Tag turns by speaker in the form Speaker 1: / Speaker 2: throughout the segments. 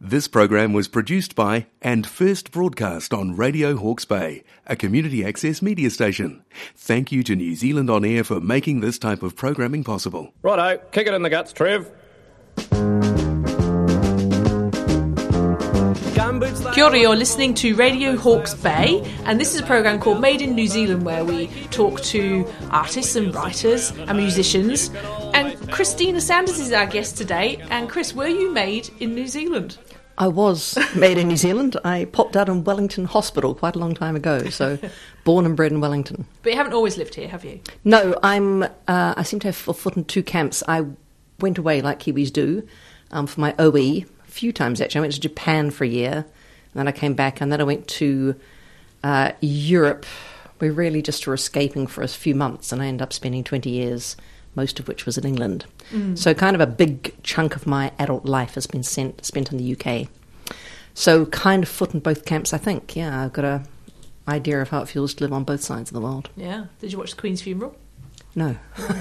Speaker 1: This program was produced by and first broadcast on Radio Hawke's Bay, a community access media station. Thank you to New Zealand On Air for making this type of programming possible.
Speaker 2: Righto, kick it in the guts, Trev.
Speaker 3: Kia ora, you're listening to Radio Hawke's Bay, and this is a program called Made in New Zealand where we talk to artists and writers and musicians. And Christina Sanders is our guest today. And Chris, were you made in New Zealand?
Speaker 4: I was made in New Zealand. I popped out in Wellington Hospital quite a long time ago, so born and bred in Wellington.
Speaker 3: But you haven't always lived here, have you?
Speaker 4: No, I'm. Uh, I seem to have a foot in two camps. I went away like Kiwis do um, for my OE a few times actually. I went to Japan for a year, and then I came back, and then I went to uh, Europe. We really just were escaping for a few months, and I ended up spending 20 years, most of which was in England. So, kind of a big chunk of my adult life has been sent, spent in the UK. So, kind of foot in both camps, I think. Yeah, I've got a idea of how it feels to live on both sides of the world.
Speaker 3: Yeah. Did you watch the Queen's funeral?
Speaker 4: No.
Speaker 3: Okay.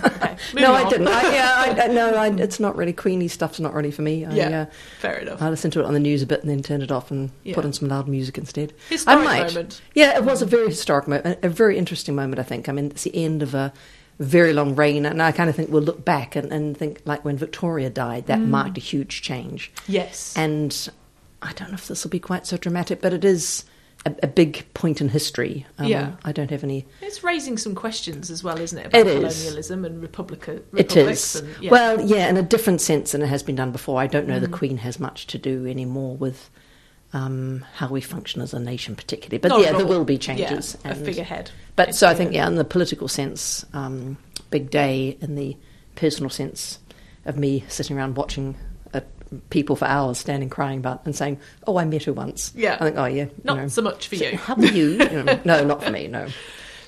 Speaker 3: moving
Speaker 4: No, I
Speaker 3: on.
Speaker 4: didn't. I, yeah, I, I- no, I, it's not really Queenie stuff's not really for me. I,
Speaker 3: Yeah,
Speaker 4: uh,
Speaker 3: fair enough.
Speaker 4: I listened to it on the news a bit and then turned it off and
Speaker 3: Yeah.
Speaker 4: put on some loud music instead.
Speaker 3: Historic
Speaker 4: I might.
Speaker 3: moment.
Speaker 4: Yeah, it was a very historic moment, a very interesting moment. I think. I mean, it's the end of a very long reign, and I kind of think we'll look back and, and think like when Victoria died, that marked a huge change.
Speaker 3: Mm. Yes.
Speaker 4: And I don't know if this will be quite so dramatic, but it is a, a big point in history. Um,
Speaker 3: Yeah.
Speaker 4: I don't have any
Speaker 3: It's raising some questions as well, isn't it? About
Speaker 4: It is.
Speaker 3: colonialism and republica-
Speaker 4: It
Speaker 3: republics.
Speaker 4: is.
Speaker 3: And, yeah. Mm.
Speaker 4: Well, yeah, in a different sense than it has been done before. I don't know the Queen has much to do anymore with um, how we function as a nation, particularly. But
Speaker 3: Not
Speaker 4: yeah,
Speaker 3: at
Speaker 4: there
Speaker 3: all.
Speaker 4: will be
Speaker 3: Yeah,
Speaker 4: changes.
Speaker 3: a figurehead.
Speaker 4: But so I think,
Speaker 3: Basically.
Speaker 4: yeah, in the political sense, um, big day. In the personal sense of me sitting around watching uh, people for hours standing crying about and saying, "Oh, I met her once."
Speaker 3: Yeah.
Speaker 4: I think, "Oh, yeah." you
Speaker 3: Not
Speaker 4: know.
Speaker 3: so much for you.
Speaker 4: How are you? You know, no, not for me. No.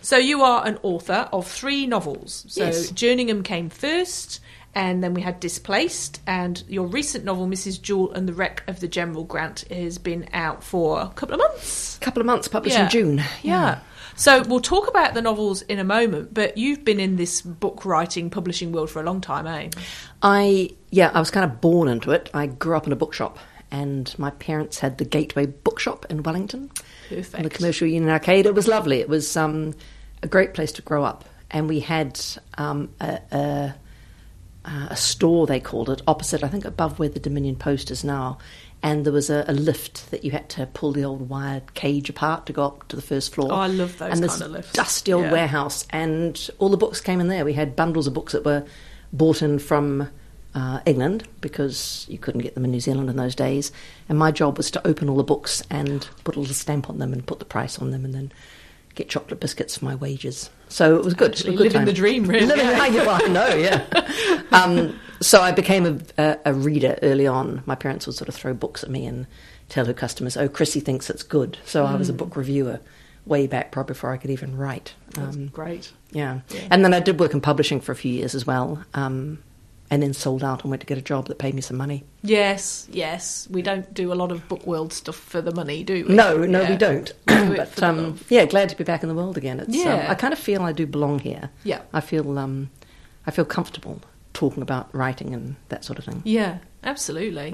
Speaker 3: So you are an author of three novels. So
Speaker 4: Yes.
Speaker 3: Jerningham came first, and then we had Displaced, and your recent novel, Mrs. Jewel and the Wreck of the General Grant, has been out for a couple of months.
Speaker 4: couple of months published in June.
Speaker 3: Yeah. So we'll talk about the novels in a moment, but you've been in this book writing, publishing world for a long time, eh?
Speaker 4: I yeah, I was kind of born into it. I grew up in a bookshop, and my parents had the Gateway Bookshop in Wellington,
Speaker 3: Perfect.
Speaker 4: on the Commercial Union Arcade. It was lovely. It was um, a great place to grow up, and we had um, a, a, uh, a store they called it opposite, I think, above where the Dominion Post is now. And there was a, a lift that you had to pull the old wired cage apart to go up to the first floor.
Speaker 3: Oh, I love those
Speaker 4: and this
Speaker 3: kind of lifts.
Speaker 4: Dusty old
Speaker 3: Yeah.
Speaker 4: warehouse house, and all the books came in there. We had bundles of books that were bought in from uh, England because you couldn't get them in New Zealand in those days. And my job was to open all the books and put a little stamp on them and put the price on them, and then get chocolate biscuits for my wages. So it was good.
Speaker 3: Actually
Speaker 4: a good
Speaker 3: living
Speaker 4: time.
Speaker 3: the dream, really.
Speaker 4: Living, I, well, I know, yeah. um, so I became a, a, a reader early on. My parents would sort of throw books at me and tell her customers, "Oh, Chrissy thinks it's good." So I
Speaker 3: Hmm.
Speaker 4: was a book reviewer way back, probably before I could even write.
Speaker 3: That's
Speaker 4: Um,
Speaker 3: great.
Speaker 4: yeah.
Speaker 3: Yeah.
Speaker 4: And then I did work in publishing for a few years as well, um, and then sold out and went to get a job that paid me some money.
Speaker 3: Yes, yes. We don't do a lot of book world stuff for the money, do we?
Speaker 4: No, no,
Speaker 3: Yeah.
Speaker 4: we don't.
Speaker 3: We do it for
Speaker 4: but
Speaker 3: the
Speaker 4: um,
Speaker 3: love.
Speaker 4: yeah, glad to be back in the world again. It's,
Speaker 3: Yeah.
Speaker 4: um, I kind of feel I do belong here.
Speaker 3: Yeah.
Speaker 4: I feel um, I feel comfortable talking about writing and that sort of thing.
Speaker 3: Yeah, absolutely.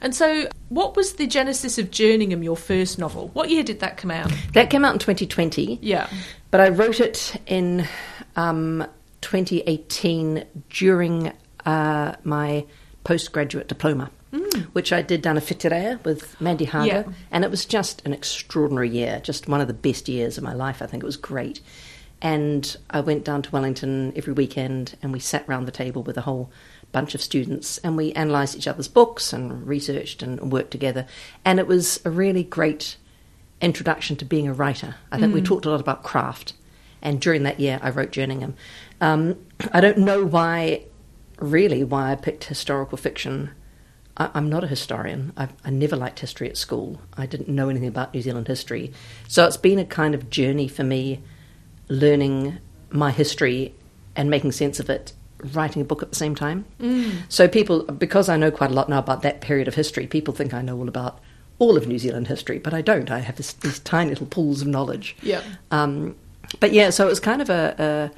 Speaker 3: And so, what was the genesis of Jerningham, your first novel? What year did that come out?
Speaker 4: That came out in 2020.
Speaker 3: Yeah.
Speaker 4: But I wrote it in um, 2018 during uh, my postgraduate diploma, which I did down at Fitirea with Mandy Harder.
Speaker 3: Mm. Yeah.
Speaker 4: And it was just an extraordinary year, just one of the best years of my life. I think it was great. And I went down to Wellington every weekend and we sat round the table with a whole bunch of students and we analysed each other's books and researched and worked together. And it was a really great introduction to being a writer. I think we talked a lot about craft. And during that year, I wrote Jerningham. Um, I don't know why, really, why I picked historical fiction. I, I'm not a historian. I've, I never liked history at school. I didn't know anything about New Zealand history. So it's been a kind of journey for me learning my history and making sense of it writing a book at the same time so people because i know quite a lot now about that period of history people think i know all about all of new zealand history but i don't i have this, these tiny little pools of knowledge
Speaker 3: Yeah.
Speaker 4: um, but yeah so it was kind of a,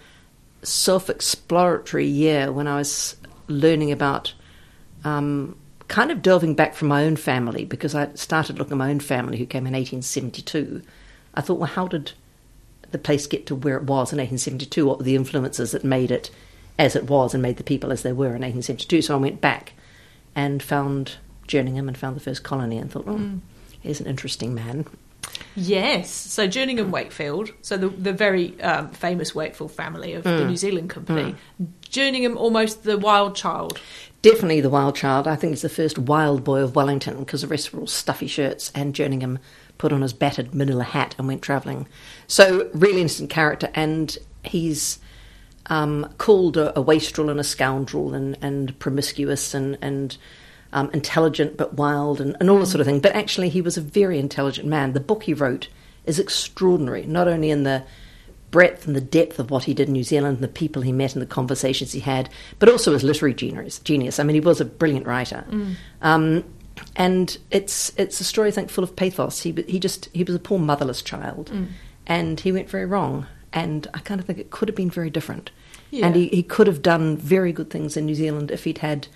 Speaker 4: a self-exploratory year when i was learning about um, kind of delving back from my own family because I started looking at my own family who came in 1872. I thought, well, how did the place get to where it was in 1872? What were the influences that made it as it was and made the people as they were in 1872? So I went back and found Jerningham and found the first colony and thought, oh, he's an interesting man.
Speaker 3: Yes. So Jerningham Wakefield, so the, the very um, famous Wakefield family of
Speaker 4: Mm.
Speaker 3: the New Zealand company, Jerningham almost the wild child.
Speaker 4: Definitely the wild child. I think he's the first wild boy of Wellington because the rest were all stuffy shirts, and Jerningham put on his battered manila hat and went travelling. So, really interesting character, and he's um, called a, a wastrel and a scoundrel and, and promiscuous and, and um, intelligent but wild and, and all that sort of thing. But actually, he was a very intelligent man. The book he wrote is extraordinary, not only in the breadth and the depth of what he did in New Zealand and the people he met and the conversations he had, but also his literary genius. genius. I mean, he was a brilliant writer.
Speaker 3: Mm.
Speaker 4: Um, and it's it's a story, I think, full of pathos. He he just he was a poor motherless child,
Speaker 3: Mm.
Speaker 4: and he went very wrong. And I kind of think it could have been very different. And
Speaker 3: Yeah.
Speaker 4: he, he could have done very good things in New Zealand if he'd had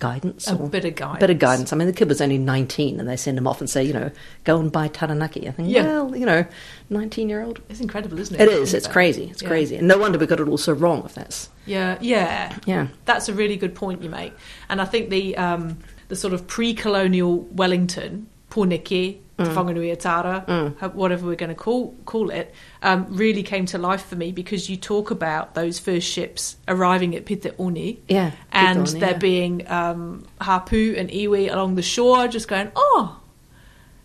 Speaker 4: guidance.
Speaker 3: A
Speaker 4: or-
Speaker 3: bit of guidance.
Speaker 4: Bit of guidance. I mean, the kid was only 19 and they send him off and say, you know, go and buy Taranaki. I think,
Speaker 3: Yeah.
Speaker 4: well, you know, 19 year old.
Speaker 3: It's incredible, isn't it?
Speaker 4: It
Speaker 3: to
Speaker 4: is.
Speaker 3: think
Speaker 4: It's
Speaker 3: about?
Speaker 4: crazy. It's
Speaker 3: Yeah.
Speaker 4: crazy. And no wonder we got it all so wrong if that's.
Speaker 3: Yeah, yeah,
Speaker 4: Yeah.
Speaker 3: That's a really good point you make, and I think the um, the sort of pre-colonial Wellington, Puniki, mm. Whanganui Atara,
Speaker 4: Mm.
Speaker 3: ho- whatever we're going to call call it, um, really came to life for me because you talk about those first ships arriving at Piteuni,
Speaker 4: Yeah,
Speaker 3: and
Speaker 4: Piteuni,
Speaker 3: there
Speaker 4: yeah.
Speaker 3: being um, Hapu and Iwi along the shore, just going, oh.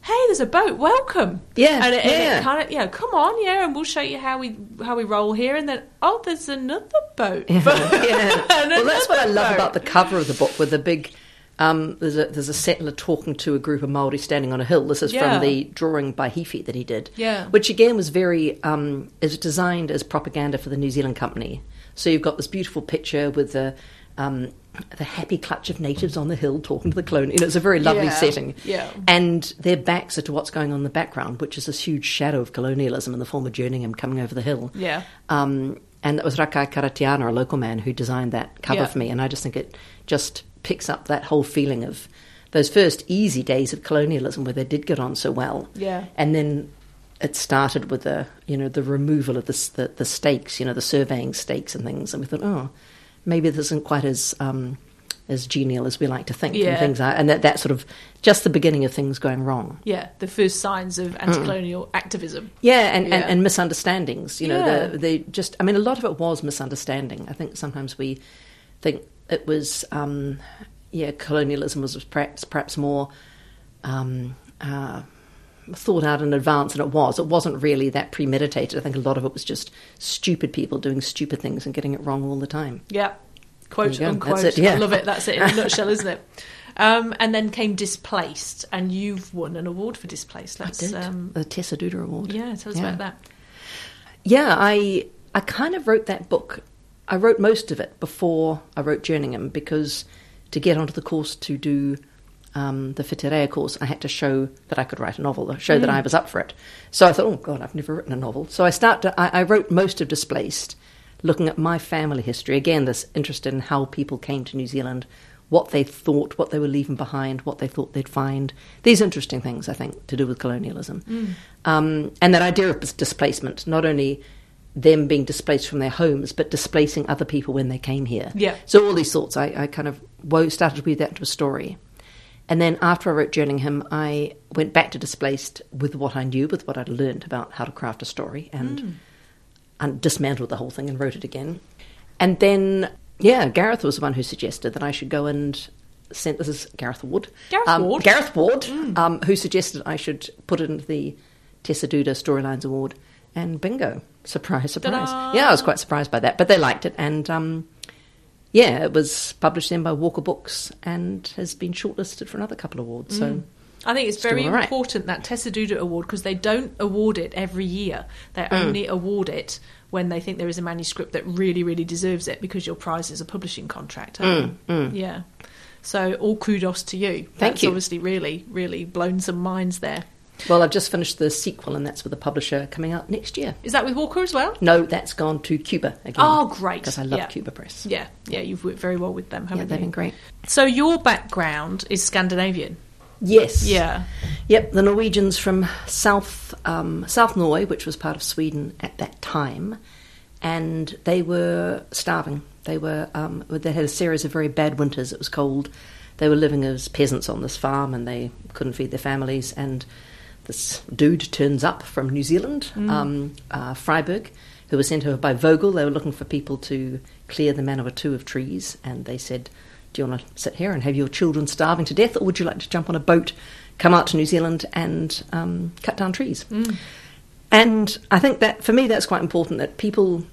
Speaker 3: Hey, there's a boat. Welcome.
Speaker 4: Yeah,
Speaker 3: and it, and it
Speaker 4: yeah.
Speaker 3: kind of yeah. Come on, yeah, and we'll show you how we how we roll here. And then oh, there's another boat.
Speaker 4: Yeah. well, that's what I love
Speaker 3: boat.
Speaker 4: about the cover of the book with the big. Um, there's, a, there's a settler talking to a group of Maori standing on a hill. This is
Speaker 3: Yeah.
Speaker 4: from the drawing by Heafy that he did.
Speaker 3: Yeah.
Speaker 4: Which again was very um, is designed as propaganda for the New Zealand company. So you've got this beautiful picture with the um, the happy clutch of natives on the hill talking to the clone. You know, it's a very lovely
Speaker 3: Yeah.
Speaker 4: setting.
Speaker 3: Yeah.
Speaker 4: And their backs are to what's going on in the background, which is this huge shadow of colonialism in the form of Jerningham coming over the hill.
Speaker 3: Yeah.
Speaker 4: Um, and that was Rakai Karatiana, a local man, who designed that cover
Speaker 3: Yeah.
Speaker 4: for me. And I just think it just picks up that whole feeling of those first easy days of colonialism where they did get on so well.
Speaker 3: Yeah.
Speaker 4: And then it started with the, you know, the removal of the, s- the, the stakes, you know, the surveying stakes and things. And we thought, oh, maybe this isn't quite as, um, as genial as we like to think.
Speaker 3: Yeah.
Speaker 4: And, things are, and that, that sort of just the beginning of things going wrong.
Speaker 3: yeah, the first signs of anti-colonial activism.
Speaker 4: Mm. Yeah, and,
Speaker 3: Yeah.
Speaker 4: And, and misunderstandings. You
Speaker 3: Yeah.
Speaker 4: know, the, they just, I mean, a lot of it was misunderstanding. I think sometimes we think it was, um, yeah, colonialism was perhaps, perhaps more um, uh, thought out in advance than it was. It wasn't really that premeditated. I think a lot of it was just stupid people doing stupid things and getting it wrong all the time.
Speaker 3: Yeah,
Speaker 4: There you
Speaker 3: quote
Speaker 4: go.
Speaker 3: unquote.
Speaker 4: That's it, yeah.
Speaker 3: I love it. That's it in a nutshell, isn't it? Um, and then came displaced, and you've won an award for displaced. Let's,
Speaker 4: Did
Speaker 3: Um,
Speaker 4: the Tessa Duda Award.
Speaker 3: yeah, tell us
Speaker 4: Yeah.
Speaker 3: about that.
Speaker 4: Yeah, I I kind of wrote that book. I wrote most of it before I wrote Jerningham because to get onto the course to do um, the Fiterea course, I had to show that I could write a novel, show that I was up for it. So I thought, oh God, I've never written a novel. So I start. To, I, I wrote most of Displaced, looking at my family history. Again, this interest in how people came to New Zealand, what they thought, what they were leaving behind, what they thought they'd find. These interesting things, I think, to do with colonialism. Um, and that idea of dis- displacement, not only them being displaced from their homes, but displacing other people when they came here.
Speaker 3: Yeah.
Speaker 4: So all these thoughts, I, I kind of wo- started to weave that into a story. And then after I wrote Jerningham, I went back to Displaced with what I knew, with what I'd learned about how to craft a story, and and dismantled the whole thing and wrote it again. And then, yeah, Gareth was the one who suggested that I should go and send. This is Gareth Ward.
Speaker 3: Gareth
Speaker 4: Um,
Speaker 3: Ward? Mm.
Speaker 4: Gareth Ward, um, who suggested I should put it into the Tessa Duda Storylines Award. And bingo, surprise, surprise.
Speaker 3: Ta-da!
Speaker 4: Yeah, I was quite surprised by that, but they liked it. And um, yeah, it was published then by Walker Books and has been shortlisted for another couple of awards.
Speaker 3: Mm.
Speaker 4: So
Speaker 3: I think it's
Speaker 4: Still
Speaker 3: very
Speaker 4: all right.
Speaker 3: important that Tessa Duda Award because they don't award it every year. They
Speaker 4: Mm.
Speaker 3: only award it when they think there is a manuscript that really, really deserves it because your prize is a publishing contract. aren't you? Yeah. So all kudos to you.
Speaker 4: Mm, Thank
Speaker 3: That's
Speaker 4: you.
Speaker 3: obviously really, really blown some minds there.
Speaker 4: Well, I've just finished the sequel, and that's with the publisher coming out next year.
Speaker 3: Is that with Walker as well?
Speaker 4: No, that's gone to Cuba again.
Speaker 3: Oh, great.
Speaker 4: Because I love
Speaker 3: Yeah.
Speaker 4: Cuba Press.
Speaker 3: Yeah, yeah, you've worked very well with them,
Speaker 4: Yeah,
Speaker 3: haven't
Speaker 4: they've
Speaker 3: you?
Speaker 4: been great.
Speaker 3: So your background is Scandinavian.
Speaker 4: Yes.
Speaker 3: Yeah.
Speaker 4: Yep, the Norwegians from South um, South Norway, which was part of Sweden at that time, and they were starving. They were um, they had a series of very bad winters. It was cold. They were living as peasants on this farm, and they couldn't feed their families. And this dude turns up from New Zealand, um, uh, Freiburg, who was sent over by Vogel. They were looking for people to clear the Manawatu of trees, and they said, do you want to sit here and have your children starving to death, or would you like to jump on a boat, come out to New Zealand, and um, cut down trees? And I think that for me, that's quite important that people,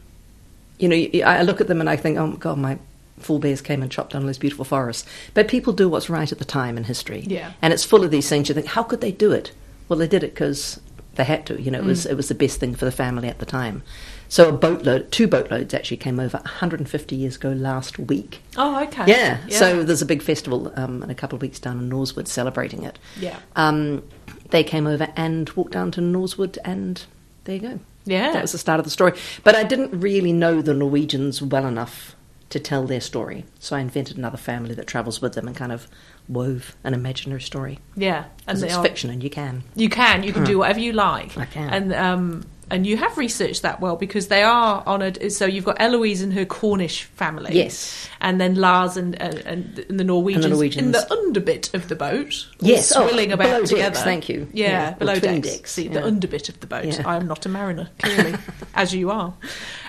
Speaker 4: you know, y- I look at them and I think, oh my God, my forebears came and chopped down all these beautiful forests. But people do what's right at the time in history.
Speaker 3: Yeah.
Speaker 4: And it's full of these things. You think, how could they do it? Well, they did it because they had to. You know, it was it was the best thing for the family at the time. So a boatload, two boatloads actually came over 150 years ago last week.
Speaker 3: Oh, okay.
Speaker 4: Yeah. So there's a big festival um, in a couple of weeks down in Norswood celebrating it.
Speaker 3: Yeah.
Speaker 4: Um, they came over and walked down to Norswood, and there you go.
Speaker 3: Yeah.
Speaker 4: That was the start of the story. But I didn't really know the Norwegians well enough to tell their story. So I invented another family that travels with them and kind of wove an imaginary story.
Speaker 3: yeah, and
Speaker 4: Because
Speaker 3: they
Speaker 4: it's
Speaker 3: are,
Speaker 4: fiction and you can.
Speaker 3: you can you can do whatever you like.
Speaker 4: Hmm. I can.
Speaker 3: And um and you have researched that well because they are honoured. So you've got Eloise and her Cornish family.
Speaker 4: Yes.
Speaker 3: And then Lars and and, and, the, and the Norwegians in
Speaker 4: Norwegians.
Speaker 3: the underbit of the boat. all
Speaker 4: Yes. Oh,
Speaker 3: Swilling about
Speaker 4: below decks,
Speaker 3: together.
Speaker 4: thank you.
Speaker 3: Yeah.
Speaker 4: Yeah, or
Speaker 3: Below
Speaker 4: twin
Speaker 3: decks.
Speaker 4: decks,
Speaker 3: See, the
Speaker 4: yeah.
Speaker 3: underbit of the boat.
Speaker 4: Yeah.
Speaker 3: I am not a mariner, clearly, as you are.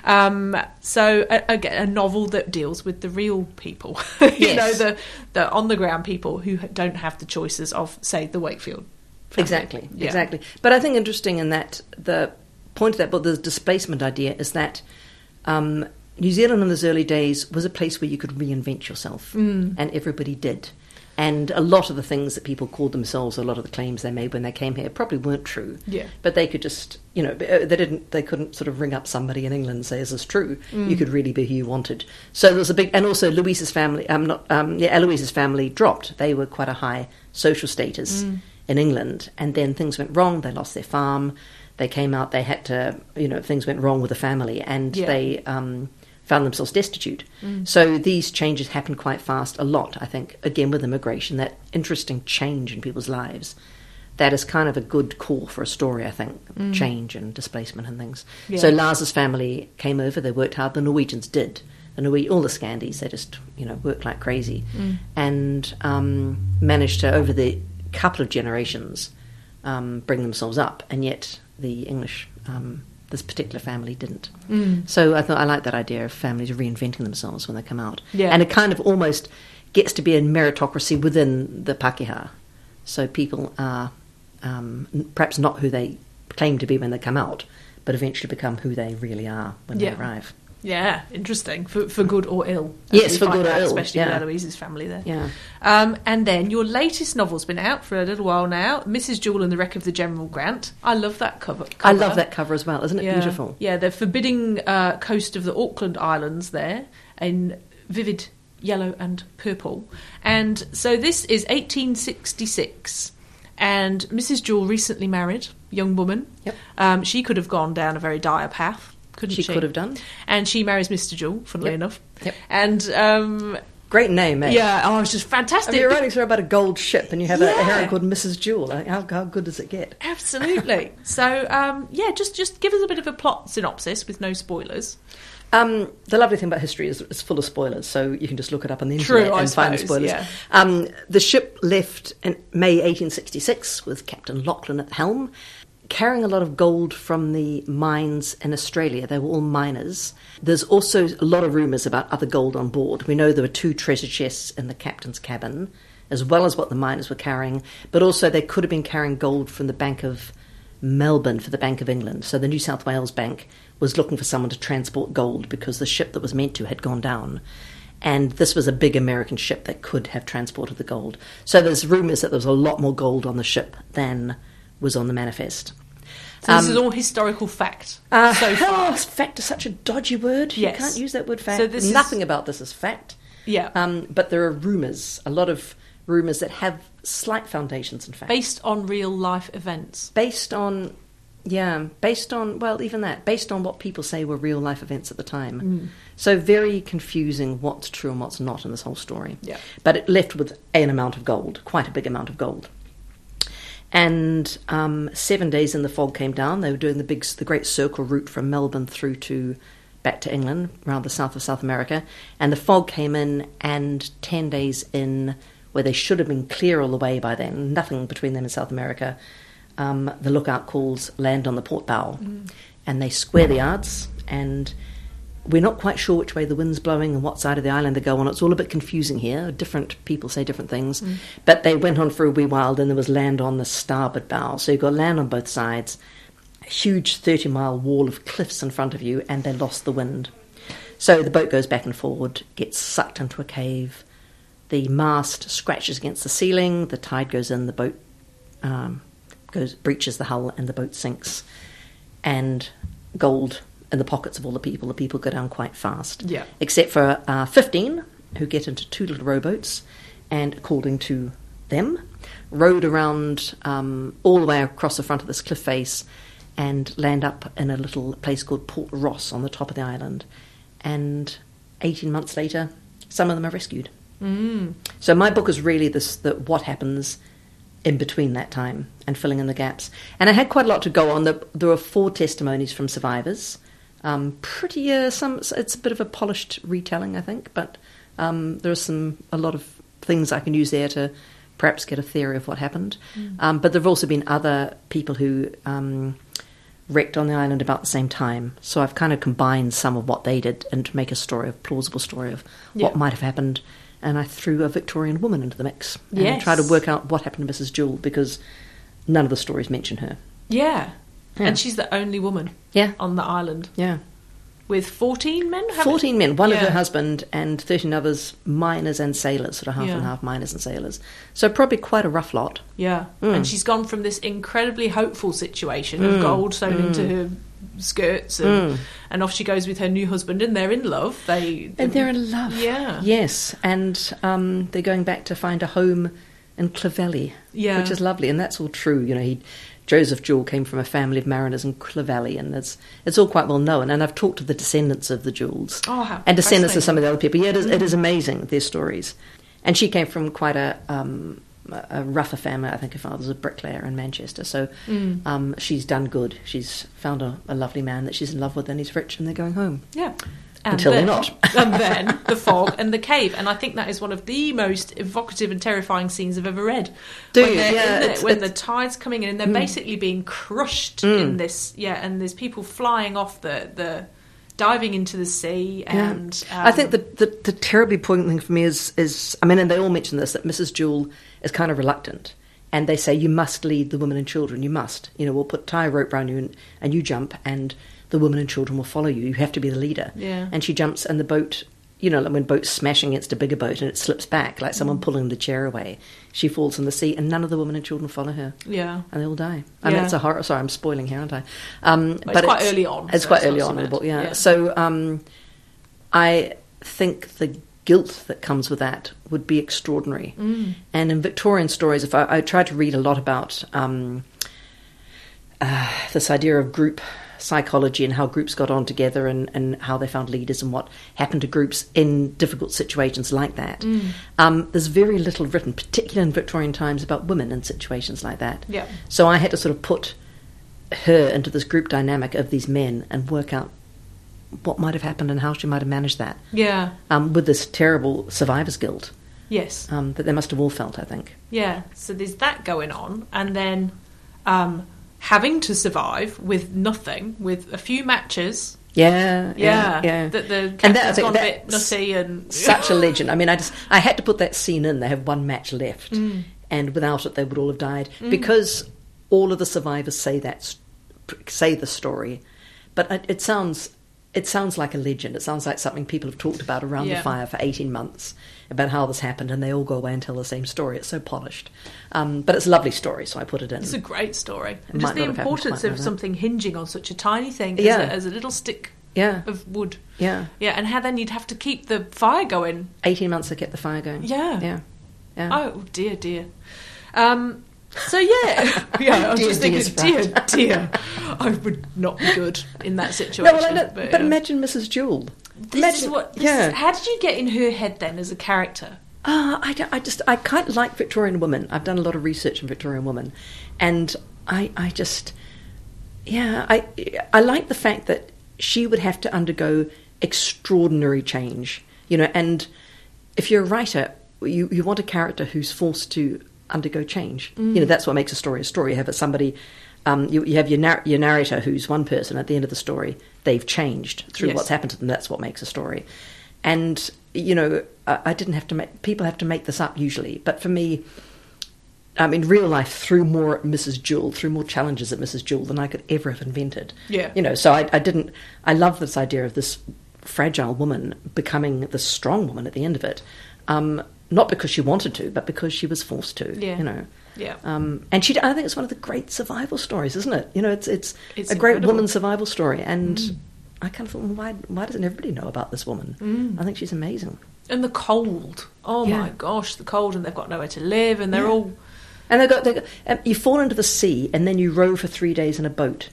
Speaker 3: Um, so a, again, a novel that deals with the real people. you
Speaker 4: Yes.
Speaker 3: know, the the on the ground people who don't have the choices of, say, the Wakefield. family.
Speaker 4: Exactly,
Speaker 3: Yeah.
Speaker 4: exactly. But I think interesting in that the point of that book, the displacement idea, is that um, New Zealand in those early days was a place where you could reinvent yourself, mm. and everybody did. And a lot of the things that people called themselves, a lot of the claims they made when they came here, probably weren't true.
Speaker 3: Yeah.
Speaker 4: But they could just, you know, uh, they didn't, they couldn't sort of ring up somebody in England and say, "Is this true?" You could really be who you wanted. So there's a big, and also Louise's family, um, not, um, yeah, Eloise's family dropped. They were quite a high social status in England, and then things went wrong. They lost their farm. They came out. They had to, you know, things went wrong with the family, and
Speaker 3: Yeah.
Speaker 4: they um, found themselves destitute. So these changes happen quite fast. A lot, I think, again with immigration, that interesting change in people's lives. That is kind of a good call for a story, I think. Change and displacement and things. So
Speaker 3: Yeah.
Speaker 4: Lars's family came over. They worked hard. The Norwegians did. The Norwe- all the Scandies, they just you know worked like crazy, and um, managed to over the couple of generations um, bring themselves up. And yet the English, um, this particular family, didn't. So I thought I like that idea of families reinventing themselves when they come out,
Speaker 3: Yeah.
Speaker 4: and it kind of almost gets to be a meritocracy within the Pakeha. So people are um, n- perhaps not who they claim to be when they come out, but eventually become who they really are when
Speaker 3: Yeah.
Speaker 4: they arrive.
Speaker 3: Yeah, interesting. For, for good or ill.
Speaker 4: Yes,
Speaker 3: as we
Speaker 4: for
Speaker 3: find
Speaker 4: good or
Speaker 3: out,
Speaker 4: ill,
Speaker 3: Especially
Speaker 4: yeah.
Speaker 3: with Eloise's family there.
Speaker 4: Yeah.
Speaker 3: Um, and then your latest novel's been out for a little while now Mrs. Jewel and the Wreck of the General Grant. I love that cover.
Speaker 4: I
Speaker 3: cover.
Speaker 4: love that cover as well. Isn't it
Speaker 3: Yeah.
Speaker 4: beautiful?
Speaker 3: Yeah, the forbidding uh, coast of the Auckland Islands there in vivid yellow and purple. And so this is 1866. And Mrs. Jewell recently married, young woman.
Speaker 4: Yep.
Speaker 3: Um, she could have gone down a very dire path, couldn't she?
Speaker 4: She could have done.
Speaker 3: And she marries Mr. Jewell, funnily
Speaker 4: Yep.
Speaker 3: enough.
Speaker 4: Yep.
Speaker 3: And um,
Speaker 4: Great name, eh?
Speaker 3: yeah, oh, it's just
Speaker 4: I
Speaker 3: fantastic.
Speaker 4: mean, you're writing a story about a gold ship and you have a,
Speaker 3: Yeah.
Speaker 4: a hero called Mrs. Jewel. Like, How, how good does it get?
Speaker 3: Absolutely. so um, yeah, just just give us a bit of a plot synopsis with no spoilers.
Speaker 4: Um, the lovely thing about history is it's full of spoilers, so you can just look it up on the
Speaker 3: True,
Speaker 4: internet
Speaker 3: I
Speaker 4: and find the
Speaker 3: suppose,
Speaker 4: spoilers.
Speaker 3: yeah.
Speaker 4: Um, the ship left in May 1866 with Captain Lachlan at the helm, carrying a lot of gold from the mines in Australia. They were all miners. There's also a lot of rumours about other gold on board. We know there were two treasure chests in the captain's cabin, as well as what the miners were carrying, but also they could have been carrying gold from the Bank of Melbourne for the Bank of England. So the New South Wales Bank was looking for someone to transport gold because the ship that was meant to had gone down. And this was a big American ship that could have transported the gold. So there's rumours that there was a lot more gold on the ship than was on the manifest.
Speaker 3: So this is all historical fact
Speaker 4: Um, Uh,
Speaker 3: so far.
Speaker 4: oh, fact is such a dodgy word.
Speaker 3: Ah, Yes.
Speaker 4: You can't use that word fact.
Speaker 3: So this is-
Speaker 4: Nothing about this is fact.
Speaker 3: Yeah.
Speaker 4: Um, but there are rumours, a lot of rumours that have slight foundations in fact
Speaker 3: based on real life events.
Speaker 4: based on yeah based on well even that based on what people say were real life events at the time so very confusing what's true and what's not in this whole story
Speaker 3: Yeah.
Speaker 4: but it left with an amount of gold quite a big amount of gold and um, seven days in the fog came down they were doing the big the great circle route from melbourne through to back to england around the south of south america and the fog came in and 10 days in where they should have been clear all the way by then nothing between them and south america um, the lookout calls land on the port bow and they square the yards and we're not quite sure which way the wind's blowing and what side of the island they go on. It's all a bit confusing here. Different people say different things. But they went on for a wee while, then there was land on the starboard bow. So you've got land on both sides, a huge 30 mile wall of cliffs in front of you, and they lost the wind. So the boat goes back and forward, gets sucked into a cave. The mast scratches against the ceiling, the tide goes in, the boat um, goes breaches the hull and the boat sinks, and gold in the pockets of all the people. The people go down quite fast.
Speaker 3: Yeah.
Speaker 4: Except for uh, fifteen who get into two little rowboats, and according to them, rowed around um, all the way across the front of this cliff face, and land up in a little place called Port Ross on the top of the island. And eighteen months later, some of them are rescued. So my book is really this that what happens in between that time and filling in the gaps. And I had quite a lot to go on. There, there were four testimonies from survivors. Um, pretty uh, some. It's a bit of a polished retelling, I think, but um, there are some a lot of things I can use there to perhaps get a theory of what happened. Um, but there have also been other people who. Um, wrecked on the island about the same time. So I've kind of combined some of what they did and to make a story, a plausible story of
Speaker 3: Yeah.
Speaker 4: what might have happened. And I threw a Victorian woman into the mix and
Speaker 3: Yes.
Speaker 4: tried to work out what happened to Mrs. Jewell because none of the stories mention her.
Speaker 3: Yeah.
Speaker 4: Yeah.
Speaker 3: And she's the only woman
Speaker 4: Yeah.
Speaker 3: on the island
Speaker 4: Yeah.
Speaker 3: with 14 men. haven't-
Speaker 4: 14 men, one of
Speaker 3: Yeah.
Speaker 4: her husband and 13 others, miners and sailors, sort of half
Speaker 3: Yeah.
Speaker 4: and half miners and sailors. So probably quite a rough lot.
Speaker 3: Yeah.
Speaker 4: Hmm.
Speaker 3: And she's gone from this incredibly hopeful situation of gold sewn into
Speaker 4: Hmm.
Speaker 3: her skirts and, and off she goes with her new husband and they're in love. They
Speaker 4: And they're in love.
Speaker 3: Yeah.
Speaker 4: Yes. And um, they're going back to find a home in Clovelly.
Speaker 3: Yeah.
Speaker 4: Which is lovely. And that's all true. You know, he, Joseph Jewell came from a family of mariners in Clovelly. And it's, it's all quite well known. And I've talked to the descendants of the Jewells.
Speaker 3: Oh, how
Speaker 4: And
Speaker 3: fascinating.
Speaker 4: descendants
Speaker 3: Mm.
Speaker 4: of some of the other people. Yeah, it is, it is amazing, their stories. And she came from quite a. Um, a rougher family. I think her father's a bricklayer in Manchester. So
Speaker 3: Mm.
Speaker 4: um, she's done good. She's found a, a lovely man that she's in love with, and he's rich, and they're going home.
Speaker 3: Yeah. And
Speaker 4: Until
Speaker 3: then,
Speaker 4: they're not.
Speaker 3: and then the fog and the cave. And I think that is one of the most evocative and terrifying scenes I've ever read.
Speaker 4: Do
Speaker 3: when
Speaker 4: you?
Speaker 3: they're in
Speaker 4: Yeah,
Speaker 3: there-
Speaker 4: it's- Hmm.
Speaker 3: when
Speaker 4: it's-
Speaker 3: the tide's coming in and they're basically being crushed in this. Yeah, and there's people flying off the. the diving into the sea
Speaker 4: Yeah.
Speaker 3: and.
Speaker 4: I
Speaker 3: um,
Speaker 4: think the, the the terribly important thing for me is is I mean, and they all mention this that Mrs. Jewell is kind of reluctant, and they say you must lead the women and children. You must, you know, we'll put tie a rope around you and, and you jump, and the women and children will follow you. You have to be the leader.
Speaker 3: Yeah.
Speaker 4: And she jumps, and the boat. You know, like when boats smashing against a bigger boat and it slips back, like
Speaker 3: Mm.
Speaker 4: someone pulling the chair away. She falls in the sea, and none of the women and children follow her
Speaker 3: Yeah.
Speaker 4: and they all die. I
Speaker 3: Yeah.
Speaker 4: mean, it's a horror. Sorry, I'm spoiling here, aren't I? Um,
Speaker 3: it's quite early on,
Speaker 4: It's
Speaker 3: so
Speaker 4: quite
Speaker 3: it's not
Speaker 4: early
Speaker 3: so
Speaker 4: on in the
Speaker 3: bad.
Speaker 4: book, yeah.
Speaker 3: Yeah.
Speaker 4: So um, I think the guilt that comes with that would be extraordinary.
Speaker 3: Mm.
Speaker 4: And in Victorian stories, if I, I tried to read a lot about um, uh, this idea of group psychology and how groups got on together and, and how they found leaders and what happened to groups in difficult situations like that.
Speaker 3: Mm.
Speaker 4: Um, there's very little written, particularly in Victorian times, about women in situations like that.
Speaker 3: Yeah.
Speaker 4: So I had to sort of put her into this group dynamic of these men and work out what might have happened and how she might have managed that
Speaker 3: Yeah.
Speaker 4: um, with this terrible survivor's guilt
Speaker 3: Yes.
Speaker 4: um, that they must have all felt, I think.
Speaker 3: Yeah, so there's that going on, and then um, having to survive with nothing, with a few matches.
Speaker 4: Yeah,
Speaker 3: Yeah,
Speaker 4: yeah, yeah.
Speaker 3: that the
Speaker 4: And that- I
Speaker 3: captain's
Speaker 4: think
Speaker 3: gone a bit
Speaker 4: that's
Speaker 3: nutty and
Speaker 4: such a legend. I mean, I just I had to put that scene in. They have one match left,
Speaker 3: Mm.
Speaker 4: and without it, they would all have died because all of the survivors say that s- say the story, but it, it sounds. It sounds like a legend. It sounds like something people have talked about around
Speaker 3: Yeah.
Speaker 4: the fire for 18 months about how this happened, and they all go away and tell the same story. It's so polished. Um, but it's a lovely story, so I put it in.
Speaker 3: It's a great story. And
Speaker 4: might
Speaker 3: just the
Speaker 4: not have happened
Speaker 3: importance
Speaker 4: quite like
Speaker 3: of
Speaker 4: that.
Speaker 3: something hinging on such a tiny thing as,
Speaker 4: Yeah.
Speaker 3: a, as a little stick
Speaker 4: yeah.
Speaker 3: of wood.
Speaker 4: Yeah.
Speaker 3: Yeah, and how then you'd have to keep the fire going.
Speaker 4: 18 months to get the fire going.
Speaker 3: Yeah.
Speaker 4: Yeah. Yeah.
Speaker 3: Oh, dear, dear. Um, so yeah, yeah. I was
Speaker 4: Dear,
Speaker 3: just thinking,
Speaker 4: dear's
Speaker 3: dear, dear, I would not be good in that situation.
Speaker 4: No, well, I don't, but,
Speaker 3: yeah.
Speaker 4: imagine Mrs. Jewell.
Speaker 3: this
Speaker 4: imagine,
Speaker 3: is what. This
Speaker 4: yeah.
Speaker 3: is, how did you get in her head then as a character?
Speaker 4: Uh, I, don't- I just I quite like Victorian women. I've done a lot of research on Victorian women, and I I just yeah I I like the fact that she would have to undergo extraordinary change, you know. And if you're a writer, you you want a character who's forced to undergo change. You know that's what makes a story a story. You have somebody. Um, you, you have your, nar- your narrator, who's one person. At the end of the story, they've changed through
Speaker 3: Yes.
Speaker 4: what's happened to them. That's what makes a story. And you know, I, I didn't have to make people have to make this up usually, but for me, um, in real life, through more at Mrs. Jewell, through more challenges at Mrs. Jewell than I could ever have invented.
Speaker 3: Yeah.
Speaker 4: you know. So I, I didn't. I love this idea of this fragile woman becoming this strong woman at the end of it. Um, not because she wanted to, but because she was forced to.
Speaker 3: Yeah.
Speaker 4: You know.
Speaker 3: Yeah.
Speaker 4: Um, and she, I think it's one of the great survival stories, isn't it? You know, it's it's,
Speaker 3: It's
Speaker 4: a great
Speaker 3: incredible. Mm.
Speaker 4: woman survival story. And I kind of thought, well, why why doesn't everybody know about this woman?
Speaker 3: Mm.
Speaker 4: I think she's amazing.
Speaker 3: And the cold. Oh
Speaker 4: Yeah.
Speaker 3: my gosh, the cold, and they've got nowhere to live, and they're
Speaker 4: Yeah.
Speaker 3: all.
Speaker 4: And they got, they got um, you fall into the sea, and then you row for three days in a boat,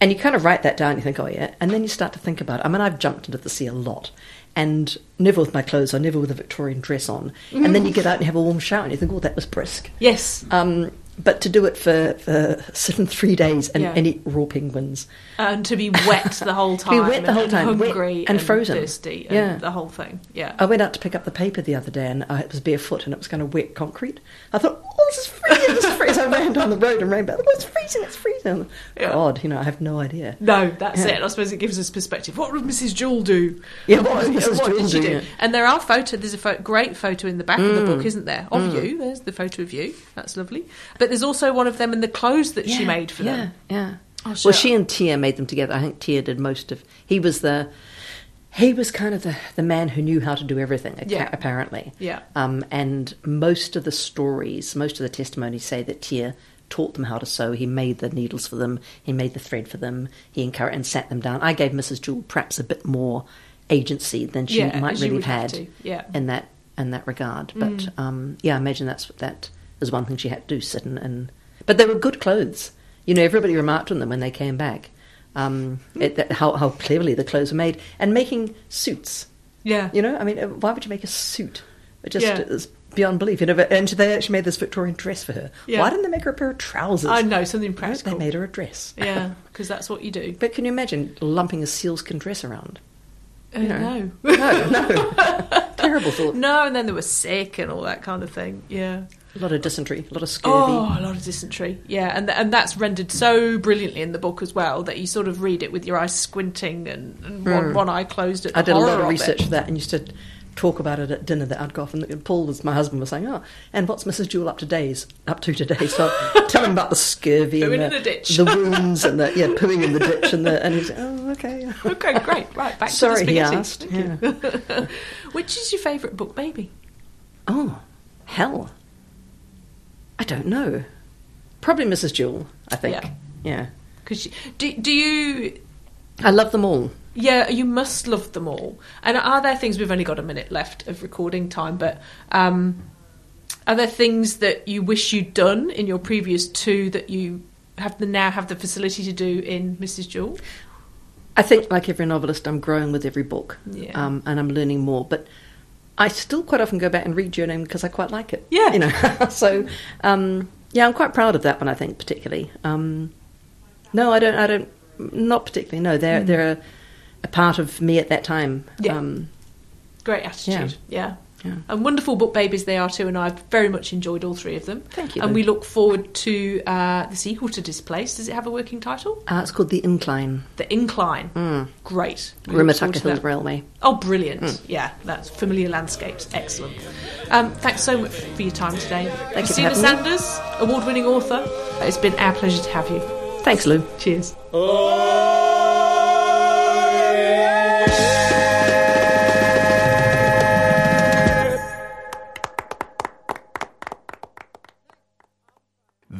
Speaker 4: and you kind of write that down. You think, oh yeah, and then you start to think about. it. I mean, I've jumped into the sea a lot, and never with my clothes on, never with a Victorian dress on, and then you get out and you have a warm shower, and you think, oh, that was brisk.
Speaker 3: Yes,
Speaker 4: Um, but to do it for, for certain three days and,
Speaker 3: Yeah.
Speaker 4: and eat raw penguins.
Speaker 3: and to be wet the whole
Speaker 4: To
Speaker 3: time.
Speaker 4: be wet the whole
Speaker 3: and
Speaker 4: time, wet
Speaker 3: hungry
Speaker 4: and frozen.
Speaker 3: thirsty, and
Speaker 4: Yeah. Oh.
Speaker 3: the whole thing. Yeah.
Speaker 4: I went out to pick up the paper the other day and I, it was barefoot and it was kind of wet concrete. I thought, oh, this is freezing, this is freezing. I ran down the road and ran back. Oh, it's freezing, it's freezing.
Speaker 3: Yeah.
Speaker 4: God, you know, I have no idea.
Speaker 3: No, that's
Speaker 4: Yeah.
Speaker 3: it. I suppose it gives us perspective. What would Mrs. Jewell do?
Speaker 4: Yeah, what would Mrs.
Speaker 3: what
Speaker 4: Jewell
Speaker 3: did she
Speaker 4: do,
Speaker 3: do?
Speaker 4: yeah. Mm.
Speaker 3: And there are photo. There's a pho- great photo in the back of the book, isn't there? Of you. There's the photo of you. That's lovely. But there's also one of them in the clothes that she
Speaker 4: Yeah,
Speaker 3: made for
Speaker 4: yeah,
Speaker 3: them.
Speaker 4: Yeah.
Speaker 3: Oh,
Speaker 4: well,
Speaker 3: sure.
Speaker 4: she and Tia made them together. I think Tia did most of. He was the. He was kind of the, the man who knew how to do everything, acca-
Speaker 3: Yeah.
Speaker 4: apparently.
Speaker 3: Yeah.
Speaker 4: Um, and most of the stories, most of the testimonies say that Tia taught them how to sew. He made the needles for them. He made the thread for them. He encouraged and sat them down. I gave Mrs. Jewell perhaps a bit more agency than she
Speaker 3: Yeah,
Speaker 4: might
Speaker 3: as
Speaker 4: really
Speaker 3: you
Speaker 4: have
Speaker 3: would have
Speaker 4: had
Speaker 3: to, yeah. Mm.
Speaker 4: in that in that regard. But um, yeah, I imagine that's that is one thing she had to do sit and, and but they were good clothes. You know, everybody remarked on them when they came back. Um,
Speaker 3: Hmm.
Speaker 4: it, that, how how cleverly the clothes were made and making suits.
Speaker 3: Yeah.
Speaker 4: You know, I mean, uh, why would you make a suit? It just
Speaker 3: Yeah.
Speaker 4: is beyond belief. You know, but- and they actually made this Victorian dress for her.
Speaker 3: Yeah.
Speaker 4: Why didn't they make her a pair of trousers?
Speaker 3: I know something
Speaker 4: Why didn't
Speaker 3: practical.
Speaker 4: They made her a dress.
Speaker 3: yeah, because that's what you do.
Speaker 4: But can you imagine lumping a sealskin dress around?
Speaker 3: Uh,
Speaker 4: You know.
Speaker 3: No.
Speaker 4: No, no. Terrible thought.
Speaker 3: No, and then they were sick and all that kind of thing. Yeah.
Speaker 4: A lot of dysentery, a lot of scurvy.
Speaker 3: Oh, a lot of dysentery. Yeah, and th- and that's rendered so brilliantly in the book as well that you sort of read it with your eyes squinting and, and one, one eye closed. At the
Speaker 4: Hmm. I did a lot
Speaker 3: horror
Speaker 4: of research
Speaker 3: It.
Speaker 4: for that and used to talk about it at dinner that I'd go off and, and Paul was my husband was saying, Oh, and what's Mrs. Jewell up to days up to today? So I'd tell him about the scurvy
Speaker 3: Pooing
Speaker 4: and
Speaker 3: in the ditch.
Speaker 4: the wounds and the yeah, pooing in the ditch and the and he's oh okay.
Speaker 3: Okay, great. Right, back
Speaker 4: Sorry,
Speaker 3: to the
Speaker 4: he
Speaker 3: spaghetti.
Speaker 4: asked.
Speaker 3: Thank you. Which is your favourite book, baby?
Speaker 4: Oh, hell. I don't know. Probably Mrs. Jewell, I think.
Speaker 3: Yeah.
Speaker 4: yeah.
Speaker 3: Because do do you?
Speaker 4: I love them all.
Speaker 3: Yeah, you must love them all. And are there things we've only got a minute left of recording time? But um, are there things that you wish you'd done in your previous two that you have the now have the facility to do in Mrs. Jewell?
Speaker 4: I think, like every novelist, I'm growing with every book,
Speaker 3: Yeah.
Speaker 4: um, and I'm learning more. But I still quite often go back and read your name because I quite like it.
Speaker 3: Yeah.
Speaker 4: you know. so um, yeah, I'm quite proud of that one. I think particularly. Um, no, I don't. I don't. Not particularly. No, they're they're a, a part of me at that time.
Speaker 3: Mm. Yeah.
Speaker 4: Um,
Speaker 3: Great attitude. Yeah.
Speaker 4: Yeah.
Speaker 3: And wonderful book babies they are too, and I've very much enjoyed all three of them.
Speaker 4: Thank you,
Speaker 3: And
Speaker 4: Lou.
Speaker 3: we look forward to uh, the sequel to Displaced. Does it have a working title?
Speaker 4: uh, it's called the Incline,
Speaker 3: The Incline.
Speaker 4: Hmm.
Speaker 3: Great. We look forward
Speaker 4: Rimataka
Speaker 3: to
Speaker 4: Hill
Speaker 3: that.
Speaker 4: Railway.
Speaker 3: Oh, brilliant.
Speaker 4: Hmm.
Speaker 3: Yeah, that's familiar landscapes. Excellent. Um, thanks so much for your time today.
Speaker 4: Thank you for
Speaker 3: Christina
Speaker 4: having me.
Speaker 3: Sanders, award winning author. It's been our pleasure to have you.
Speaker 4: Thanks, Lou.
Speaker 3: Cheers.